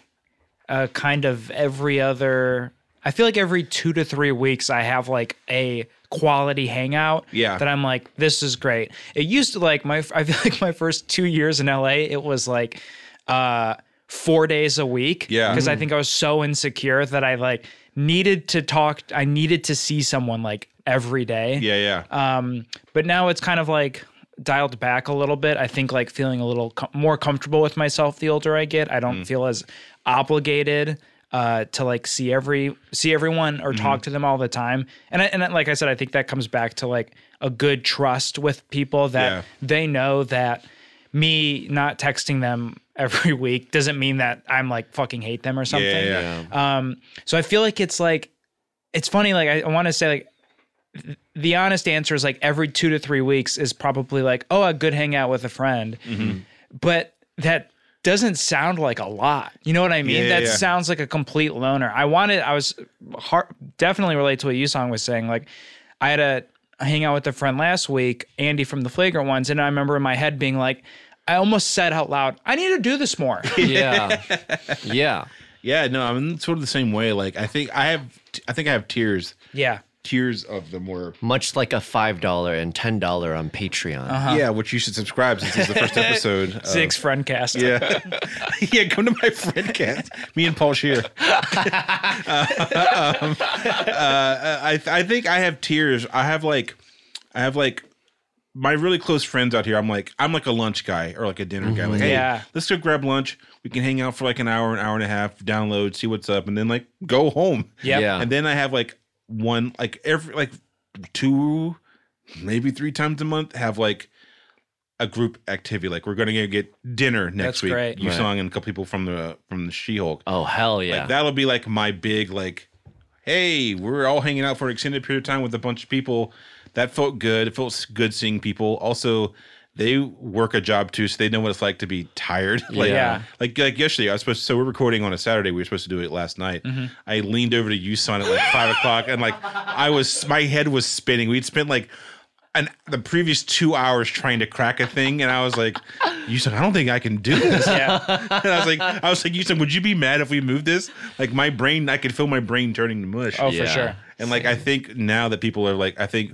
A: a kind of every other. I feel like every two to three weeks, I have like a quality hangout.
C: Yeah.
A: That I'm like, this is great. It used to like my. I feel like my first two years in LA, it was like, uh, four days a week.
C: Yeah.
A: Because I think I was so insecure that I like needed to talk. I needed to see someone like every day.
C: yeah, yeah.
A: Um, but now it's kind of like dialed back a little bit. I think like feeling a little com- more comfortable with myself the older I get. I don't
C: Mm.
A: feel as obligated uh, to like see every see everyone or
C: Mm-hmm.
A: talk to them all the time. And I, and I- like I said, I think that comes back to like a good trust with people that
C: Yeah.
A: they know that me not texting them every week doesn't mean that I'm like fucking hate them or something.
C: yeah, yeah.
A: Um, so I feel like it's like it's funny. Like I, I want to say like th- the honest answer is like every two to three weeks is probably like oh a good hangout with a friend,
C: Mm-hmm.
A: but that doesn't sound like a lot. You know what I mean?
C: Yeah,
A: that
C: yeah.
A: sounds like a complete loner. I wanted. I was har definitely relate to what Yusong was saying. Like I had a hangout with a friend last week, Andy from the Flagrant Ones, and I remember in my head being like. I almost said out loud, I need to do this more.
B: Yeah. yeah.
C: Yeah, no, I'm sort of the same way. Like I think I have, I think I have tears.
A: yeah.
C: tiers of them were.
B: Much like a five dollar and ten dollar on Patreon.
A: Uh-huh.
C: Yeah, which you should subscribe since this is the first episode. of-
A: Six friend cast.
C: Yeah. yeah, come to my friend cast. Me and Paul Shear. Uh, um, uh, I, I think I have tears. I have like, I have like, my really close friends out here. I'm like, I'm like a lunch guy or like a dinner guy. Like, hey,
A: Yeah.
C: let's go grab lunch. We can hang out for like an hour, an hour and a half, download, see what's up, and then like go home.
A: Yep.
B: Yeah.
C: And then I have like one, like every, like two, maybe three times a month, have like a group activity. Like we're going to get dinner next
A: That's
C: week.
A: great.
C: You
B: Right.
C: song and a couple people from the from the She Hulk.
B: Oh hell yeah!
C: That'll be like my big like, hey, we're all hanging out for an extended period of time with a bunch of people. That felt good. It felt s- good seeing people. Also, they work a job too, so they know what it's like to be tired. like,
A: Yeah.
C: like like yesterday, I was supposed. so we're recording on a Saturday. We were supposed to do it last night. I leaned over to you, son, at like five o'clock, and like I was, my head was spinning. We'd spent like. an the previous two hours trying to crack a thing, and I was like, "You said I don't think I can do this."
A: Yeah.
C: and I was like, I was like, you said, would you be mad if we moved this? Like my brain, I could feel my brain turning to mush.
A: Oh,
B: Yeah.
A: for sure.
C: and like I think now that people are like, I think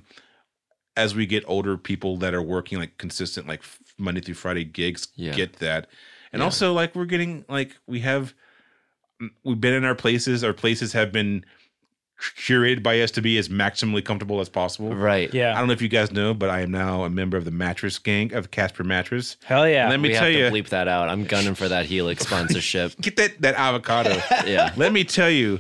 C: as we get older, people that are working like consistent, like f- Monday through Friday gigs,
B: Yeah.
C: get that. And also, like we're getting like we have, we've been in our places. Our places have been curated by us to be as maximally comfortable as possible.
B: right.
C: I
A: Yeah.
C: don't know if you guys know, but I am now a member of the Mattress Gang of Casper Mattress.
A: Hell yeah.
C: Let me
B: We have
C: tell
B: to
C: you,
B: bleep that out. I'm gunning for that Helix sponsorship.
C: get that that avocado.
B: Yeah.
C: Let me tell you,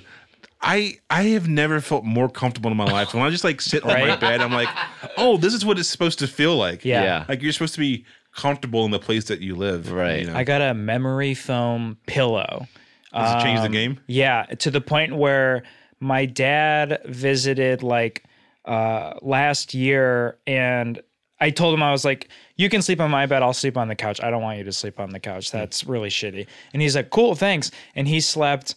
C: I I have never felt more comfortable in my life. When I just like sit on my
A: Right?
C: bed, I'm like, oh, this is what it's supposed to feel like.
A: Yeah.
B: Yeah.
C: Like you're supposed to be comfortable in the place that you live.
B: Right.
C: You know?
A: I got a memory foam pillow.
C: Does it change the
A: Um,
C: game?
A: Yeah, to the point where my dad visited like uh, last year, and I told him I was like, "You can sleep on my bed. I'll sleep on the couch. I don't want you to sleep on the couch.
B: Hmm.
A: That's really shitty." And he's like, "Cool, thanks." And he slept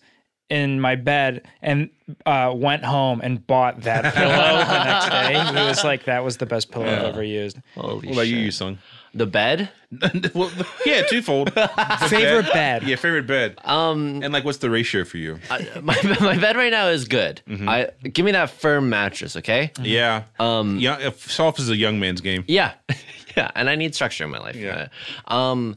A: in my bed and uh, went home and bought that pillow the next day. He was like, "That was the best pillow I've ever used."
B: Holy
C: What about you,
B: shit.
C: you song?
B: The bed?
C: well, yeah, twofold.
A: Favorite bed.
C: yeah, favorite bed. Um, and like, what's the ratio for you?
B: I- my, my bed right now is good.
C: Mm-hmm.
B: I give me that firm mattress, okay?
A: Mm-hmm.
C: yeah. Um, yeah, if soft is a young man's game.
B: Yeah, yeah. And I need structure in my life.
C: Yeah.
B: Uh, Um,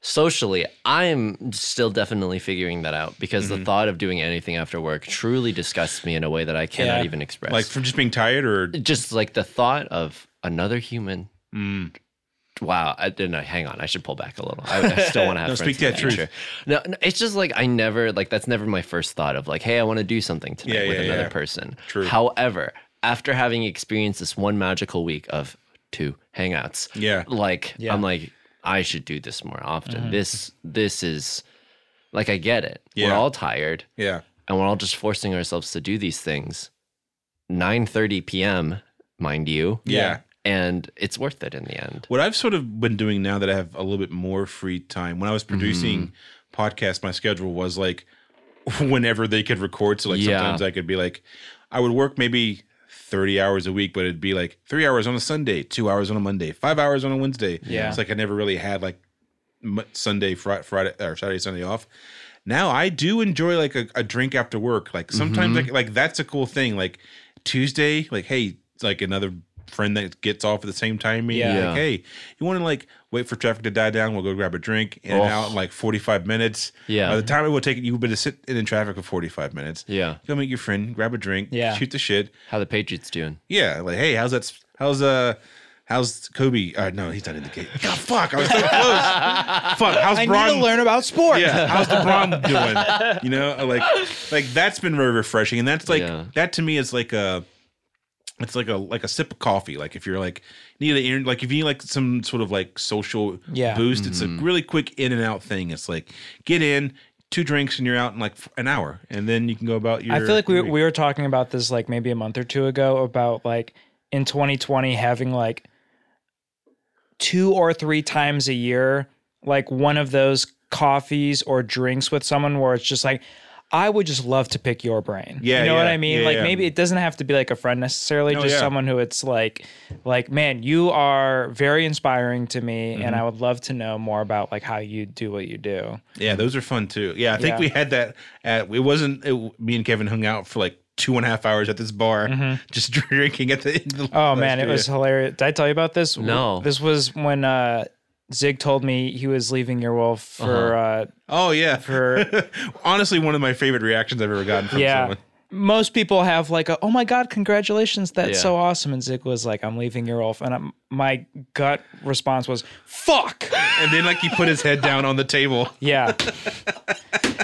B: socially, I'm still definitely figuring that out because
C: Mm-hmm.
B: the thought of doing anything after work truly disgusts me in a way that I cannot
A: Yeah.
B: even express.
C: Like from just being tired or
B: just like the thought of another human.
C: Mm.
B: Wow, I didn't know. Hang on, I should pull back a little. I, I still want to have.
C: No,
B: friends
C: speak
B: in
C: that
B: the
C: truth.
B: future. No, no, it's just like I never like that's never my first thought of like, hey, I want to do something tonight
C: Yeah,
B: with
C: yeah,
B: another
C: yeah.
B: person.
C: True.
B: However, after having experienced this one magical week of two hangouts,
C: Yeah. Mm-hmm.
B: like
A: Yeah.
B: I'm like I should do this more often. This this is like I get it. We're
C: Yeah.
B: all tired
C: yeah.
B: and we're all just forcing ourselves to do these things 9:30 p.m. mind you
C: Yeah.
B: and it's worth it in the end
C: What I've sort of been doing now that I have a little bit more free time, when I was producing podcasts, my schedule was like whenever they could record. So like
B: Yeah.
C: sometimes I could be like, I would work maybe 30 hours a week, but it'd be like three hours on a Sunday, two hours on a Monday, five hours on a Wednesday.
A: Yeah.
C: It's like I never really had like Mo- Sunday, Friday, Friday or Saturday, Sunday off. Now I do enjoy like a, a drink after work. Like sometimes like like that's a cool thing. Like Tuesday, like hey, it's like another friend that gets off at the same time. me,
A: Yeah.
C: Like hey, you want to like wait for traffic to die down? We'll go grab a drink in and
B: Oh.
C: out in like forty five minutes.
B: Yeah.
C: By the time it will take you've been to sit in, in traffic for forty five minutes.
B: yeah
C: Go meet your friend, grab a drink,
A: Yeah.
C: shoot the shit.
B: how the patriots doing
C: Yeah, like hey, how's that? s- How's uh, how's Kobe? Uh, no, he's not in the game. God, fuck, I was so close. fuck, how's
A: I
C: Bron?
A: need to learn about sports.
C: yeah, how's LeBron doing? You know, uh, like like that's been very refreshing, and that's like
B: Yeah.
C: that to me is like a. It's like a like a sip of coffee. Like if you're like need an ener- like if you need like some sort of like social
A: Yeah.
C: boost, it's a really quick in and out thing. It's like get in two drinks and you're out in like f- an hour, and then you can go about your.
A: I feel like we,
C: your
A: we were talking about this like maybe a month or two ago about like in 2020 having like two or three times a year like one of those coffees or drinks with someone where it's just like I would just love to pick your brain.
C: Yeah,
A: you know what
C: yeah,
A: I mean.
C: yeah,
A: like
C: yeah.
A: maybe it doesn't have to be like a friend necessarily,
C: No,
A: just
C: yeah.
A: someone who it's like, like man, you are very inspiring to me,
C: Mm-hmm.
A: and I would love to know more about like how you do what you do.
C: Yeah, those are fun too. Yeah, I think
A: Yeah.
C: we had that at it wasn't it, me and Kevin hung out for like two and a half hours at this bar, just drinking at the end. Of the
A: Mm-hmm. Oh
C: last
A: man, it
C: year.
A: was hilarious. Did I tell you about this? W-
B: No.
A: This was when uh, Zig told me he was leaving your wolf
B: Uh-huh.
A: for uh
C: Oh yeah,
A: for
C: honestly one of my favorite reactions I've ever gotten from
A: yeah.
C: someone.
A: Most people have like a, oh my god, congratulations, that's
B: Yeah.
A: so awesome. And Zig was like, I'm leaving your wolf, and I'm, my gut response was, fuck.
C: And then like he put his head down on the table.
A: Yeah.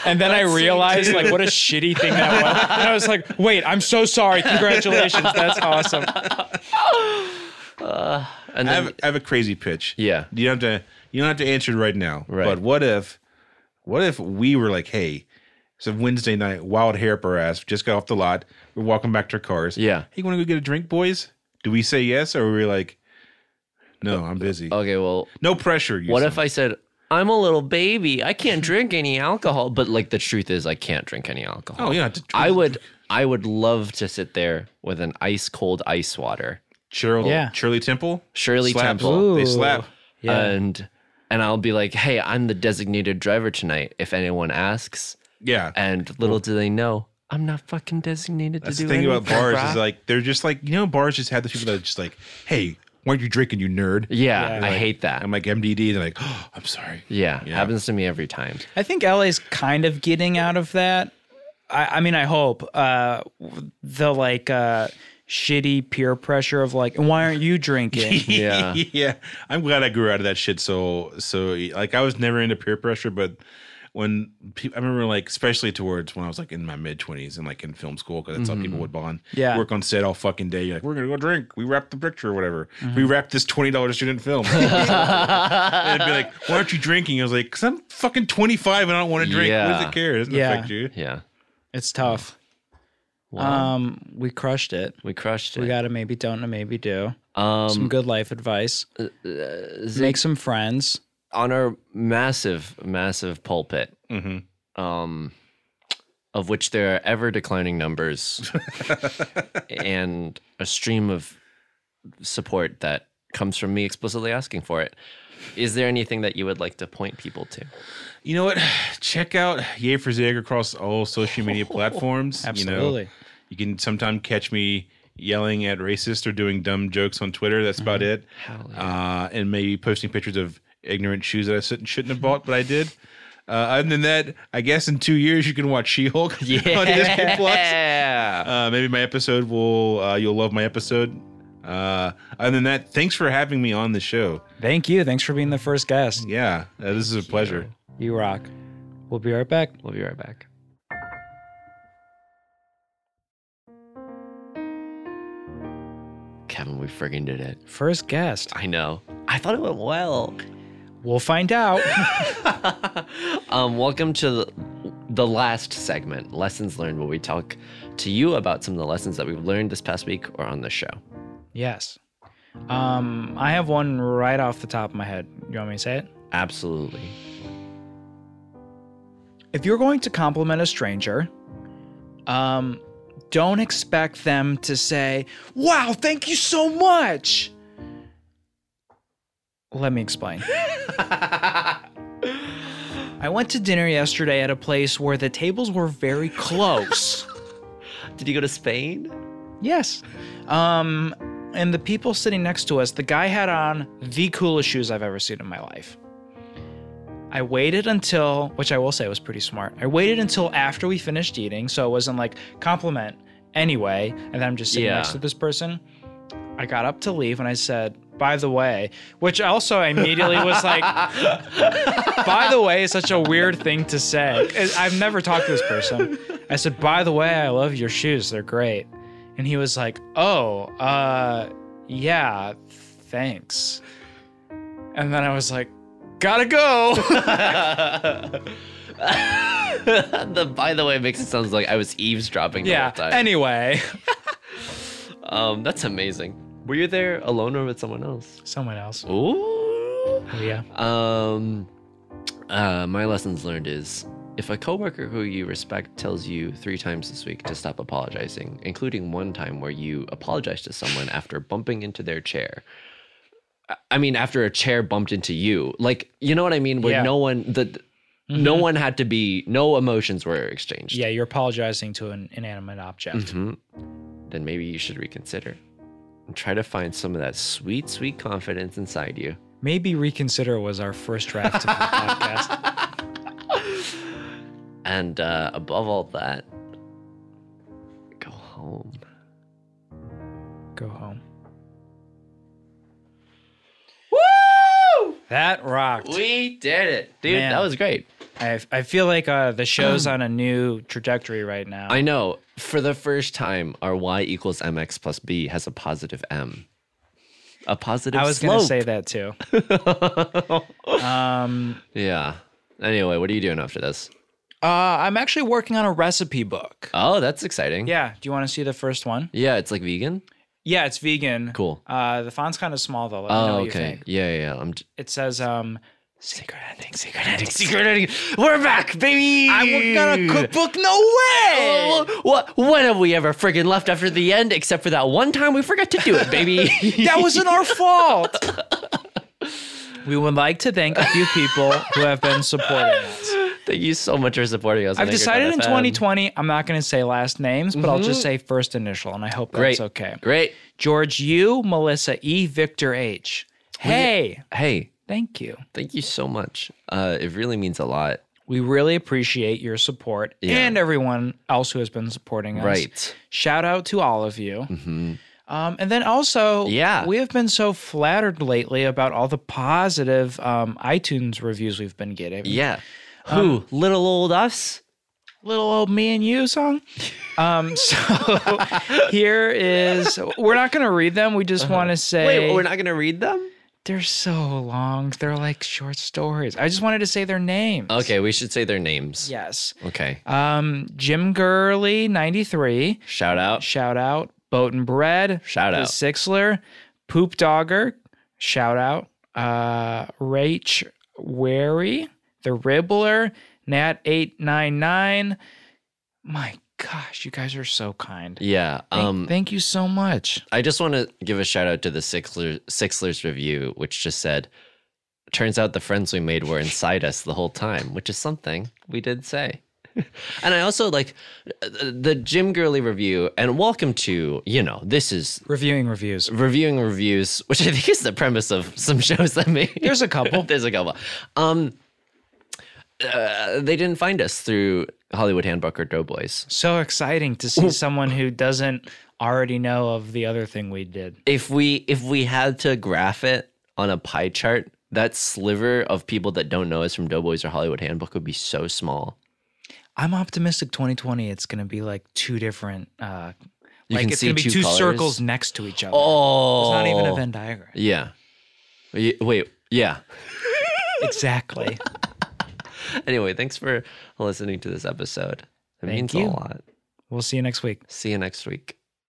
A: And then I realized like what a shitty thing that was. And I was like, wait, I'm so sorry. Congratulations. That's awesome.
B: And
C: I
B: then
C: have, I have a crazy pitch.
B: Yeah.
C: You don't have to you don't have to answer it right now.
B: Right.
C: But what if what if we were like, hey, it's a Wednesday night, wild hair up our ass, just got off the lot, we're walking back to our cars.
B: Yeah.
C: Hey, you wanna go get a drink, boys? Do we say yes or are we like No, I'm busy.
B: okay, well,
C: no pressure. You
B: Uh, what
C: son.
B: if I said I'm a little baby, I can't drink any alcohol, but like the truth is I can't drink any alcohol.
C: Oh yeah, to
B: I would I would love to sit there with an ice cold ice water.
C: Shirley,
A: Yeah.
C: Shirley Temple?
B: Shirley
C: Slaps.
B: Temple.
A: Ooh.
C: They slap.
A: Yeah.
B: And and I'll be like, "Hey, I'm the designated driver tonight if anyone asks."
C: Yeah.
B: And little do they know, I'm not fucking designated
C: That's
B: to
C: the
B: do
C: thing about
B: anything,
C: bars
B: brah.
C: is uh, like they're just like you know bars just have the people that are just like, hey, why aren't you drinking, you nerd?
B: yeah,
A: Yeah.
B: I hate that.
C: I'm like MDD. They're like, oh, I'm sorry.
B: yeah,
C: Yeah.
B: happens to me every time.
A: I think LA's kind of getting out of that. I, I mean, I hope uh, the like uh, shitty peer pressure of like, why aren't you drinking?
B: Yeah.
C: yeah. I'm glad I grew out of that shit. So, so e, like I was never into peer pressure, but when pe- I remember, like especially towards when I was like in my mid twenties and like in film school, because that's how people would bond.
A: Mm-hmm. Yeah.
C: work on set all fucking day. You're like, we're gonna go drink. We wrap the picture or whatever. We
A: Mm-hmm.
C: wrap this twenty dollars student film. and it'd be like, why aren't you drinking? I was like, because I'm fucking twenty five and I don't want to drink. What does
B: Yeah.
C: it care? It doesn't
A: Yeah.
C: affect you.
B: Yeah.
A: it's tough.
B: Wow.
A: Um, we crushed it.
B: we crushed it.
A: We got to maybe don't and maybe do.
B: um uh,
A: Some good life advice. Make some friends.
B: on our massive, massive pulpit,
C: Mm-hmm.
B: um, of which there are ever declining numbers, and a stream of support that comes from me explicitly asking for it. Is there anything that you would like to point people to?
C: You know what? Check out Yay for Zig across all social media platforms. You,
A: Absolutely.
C: know, you can sometimes catch me yelling at racist or doing dumb jokes on Twitter. That's about it. Uh, and maybe posting pictures of ignorant shoes that I shouldn't shouldn't have bought, but I did. Uh, other than that, I guess in two years you can watch She Hulk on Disney Plus.
B: Yeah.
C: Uh, maybe my episode will uh, you'll love my episode. Uh, other than that, thanks for having me on the show.
A: Thank you. Thanks for being the first guest.
C: Yeah, uh, this is a pleasure.
A: You rock. We'll be right back.
B: We'll be right back. Kevin, we friggin' did it.
A: First guest.
B: I know. I thought it went well.
A: We'll find out.
B: um, welcome to the, the last segment, Lessons Learned, where we talk to you about some of the lessons that we've learned this past week or on the show.
A: yes. Um, I have one right off the top of my head. You want me to say it?
B: Absolutely.
A: If you're going to compliment a stranger, um, don't expect them to say, "Wow, thank you so much." Let me explain. I went to dinner yesterday at a place where the tables were very close.
B: Did you go to Spain?
A: Yes. Um, and the people sitting next to us, the guy had on the coolest shoes I've ever seen in my life. I waited until, which I will say was pretty smart. I waited until after we finished eating, so it wasn't like compliment anyway. And then I'm just sitting
B: Yeah.
A: next to this person. I got up to leave and I said, by the way, which also I immediately was like, by the way, is such a weird thing to say. I've never talked to this person. I said, by the way, I love your shoes. They're great. And he was like, "Oh, uh, yeah, thanks." And then I was like, "Gotta go."
B: the by the way makes it sound like I was eavesdropping the
A: yeah.
B: whole time.
A: Anyway,
B: um, that's amazing. Were you there alone or with someone else?
A: someone else.
B: Ooh.
A: Yeah.
B: Um, uh, my lessons learned is if a coworker who you respect tells you three times this week to stop apologizing, including one time where you apologized to someone after bumping into their chair. I- I mean, after a chair bumped into you, like you know what I mean, where
A: Yeah.
B: no one the No one had to be, no emotions were exchanged.
A: Mm-hmm. Yeah, you're apologizing to an inanimate object.
B: Mm-hmm. Then maybe you should reconsider and try to find some of that sweet, sweet confidence inside you.
A: Maybe reconsider was our first draft of the podcast.
B: And uh, above all that, go home.
A: Go home. Woo! That rocked.
B: We did it. Dude,
A: Man.
B: that was great.
A: I, I feel like uh, the show's on a new trajectory right now.
B: I know. For the first time, our y equals mx plus b has a positive m. A positive
A: I was
B: slope.
A: gonna say that too. um,
B: Yeah. Anyway, what are you doing after this?
A: uh, I'm actually working on a recipe book.
B: Oh, that's exciting.
A: Yeah. Do you want to see the first one?
B: Yeah, it's like vegan.
A: Yeah, it's vegan.
B: Cool.
A: Uh, the font's kind of small though. Let me know
B: Oh,
A: what you
B: okay.
A: think.
B: Yeah, yeah, yeah. I'm j-
A: It says um,
B: secret ending, secret ending, secret ending. We're back, baby.
A: I'm working on a cookbook. No way.
B: Oh, What? What have we ever friggin' left after the end? Except for that one time we forgot to do it, baby.
A: That wasn't our fault. We would like to thank a few people who have been supporting us.
B: Thank you so much for supporting us. on
A: I've
B: Anchor
A: decided in
B: FM.
A: 2020, I'm not going to say last names, but I'll just say first initial, and I hope
B: Great.
A: that's okay.
B: Great.
A: George U, Melissa E, Victor H. Hey,
B: Hey,
A: thank you.
B: thank you so much. Uh, it really means a lot.
A: We really appreciate your support and everyone else who has been supporting us.
B: Right.
A: Shout out to all of you. Um, and then also,
B: Mm-hmm. Yeah.
A: we have been so flattered lately about all the positive um, iTunes reviews we've been getting.
B: Yeah. Who? little old us.
A: little old me and you song. Um, so here is we're not gonna read them. We just want to say
B: Uh-huh. Wait, we're not gonna read them.
A: they're so long. They're like short stories. I just wanted to say their names.
B: Okay, we should say their names.
A: Yes.
B: Okay.
A: Um, Jim Gurley, ninety three.
B: Shout out.
A: Shout out. Boat and Bread.
B: Shout
A: the
B: out.
A: Sixler. Poop Dogger. Shout out. Uh, Rach Wary. The Ribbler. Nat eight nine nine. My gosh, you guys are so kind.
B: Yeah.
A: Thank-
B: Um,
A: thank you so much.
B: I just want to give a shout out to the Sixler, Sixlers review, which just said, "Turns out the friends we made were inside us the whole time," which is something we did say. and I also like uh, the Jim Gurley review, and welcome to you know this is
A: Reviewing reviews.
B: reviewing reviews, which I think is the premise of some shows that make.
A: There's a couple.
B: There's a couple. Um, uh, they didn't find us through Hollywood Handbook or Doughboys.
A: So exciting to see someone who doesn't already know of the other thing we did.
B: If we if we had to graph it on a pie chart, that sliver of people that don't know us from Doughboys or Hollywood Handbook would be so small.
A: I'm optimistic 2020 it's going to be like two different uh
B: You
A: like
B: can
A: it's
B: see
A: going to be
B: two
A: two
B: colors.
A: circles next to each other.
B: Oh,
A: It's not even a Venn diagram.
B: Yeah. Y- Wait. Yeah.
A: Exactly.
B: Anyway, thanks for listening to this episode. It
A: Thank
B: means
A: you.
B: a lot.
A: we'll see you next week.
B: See you next week.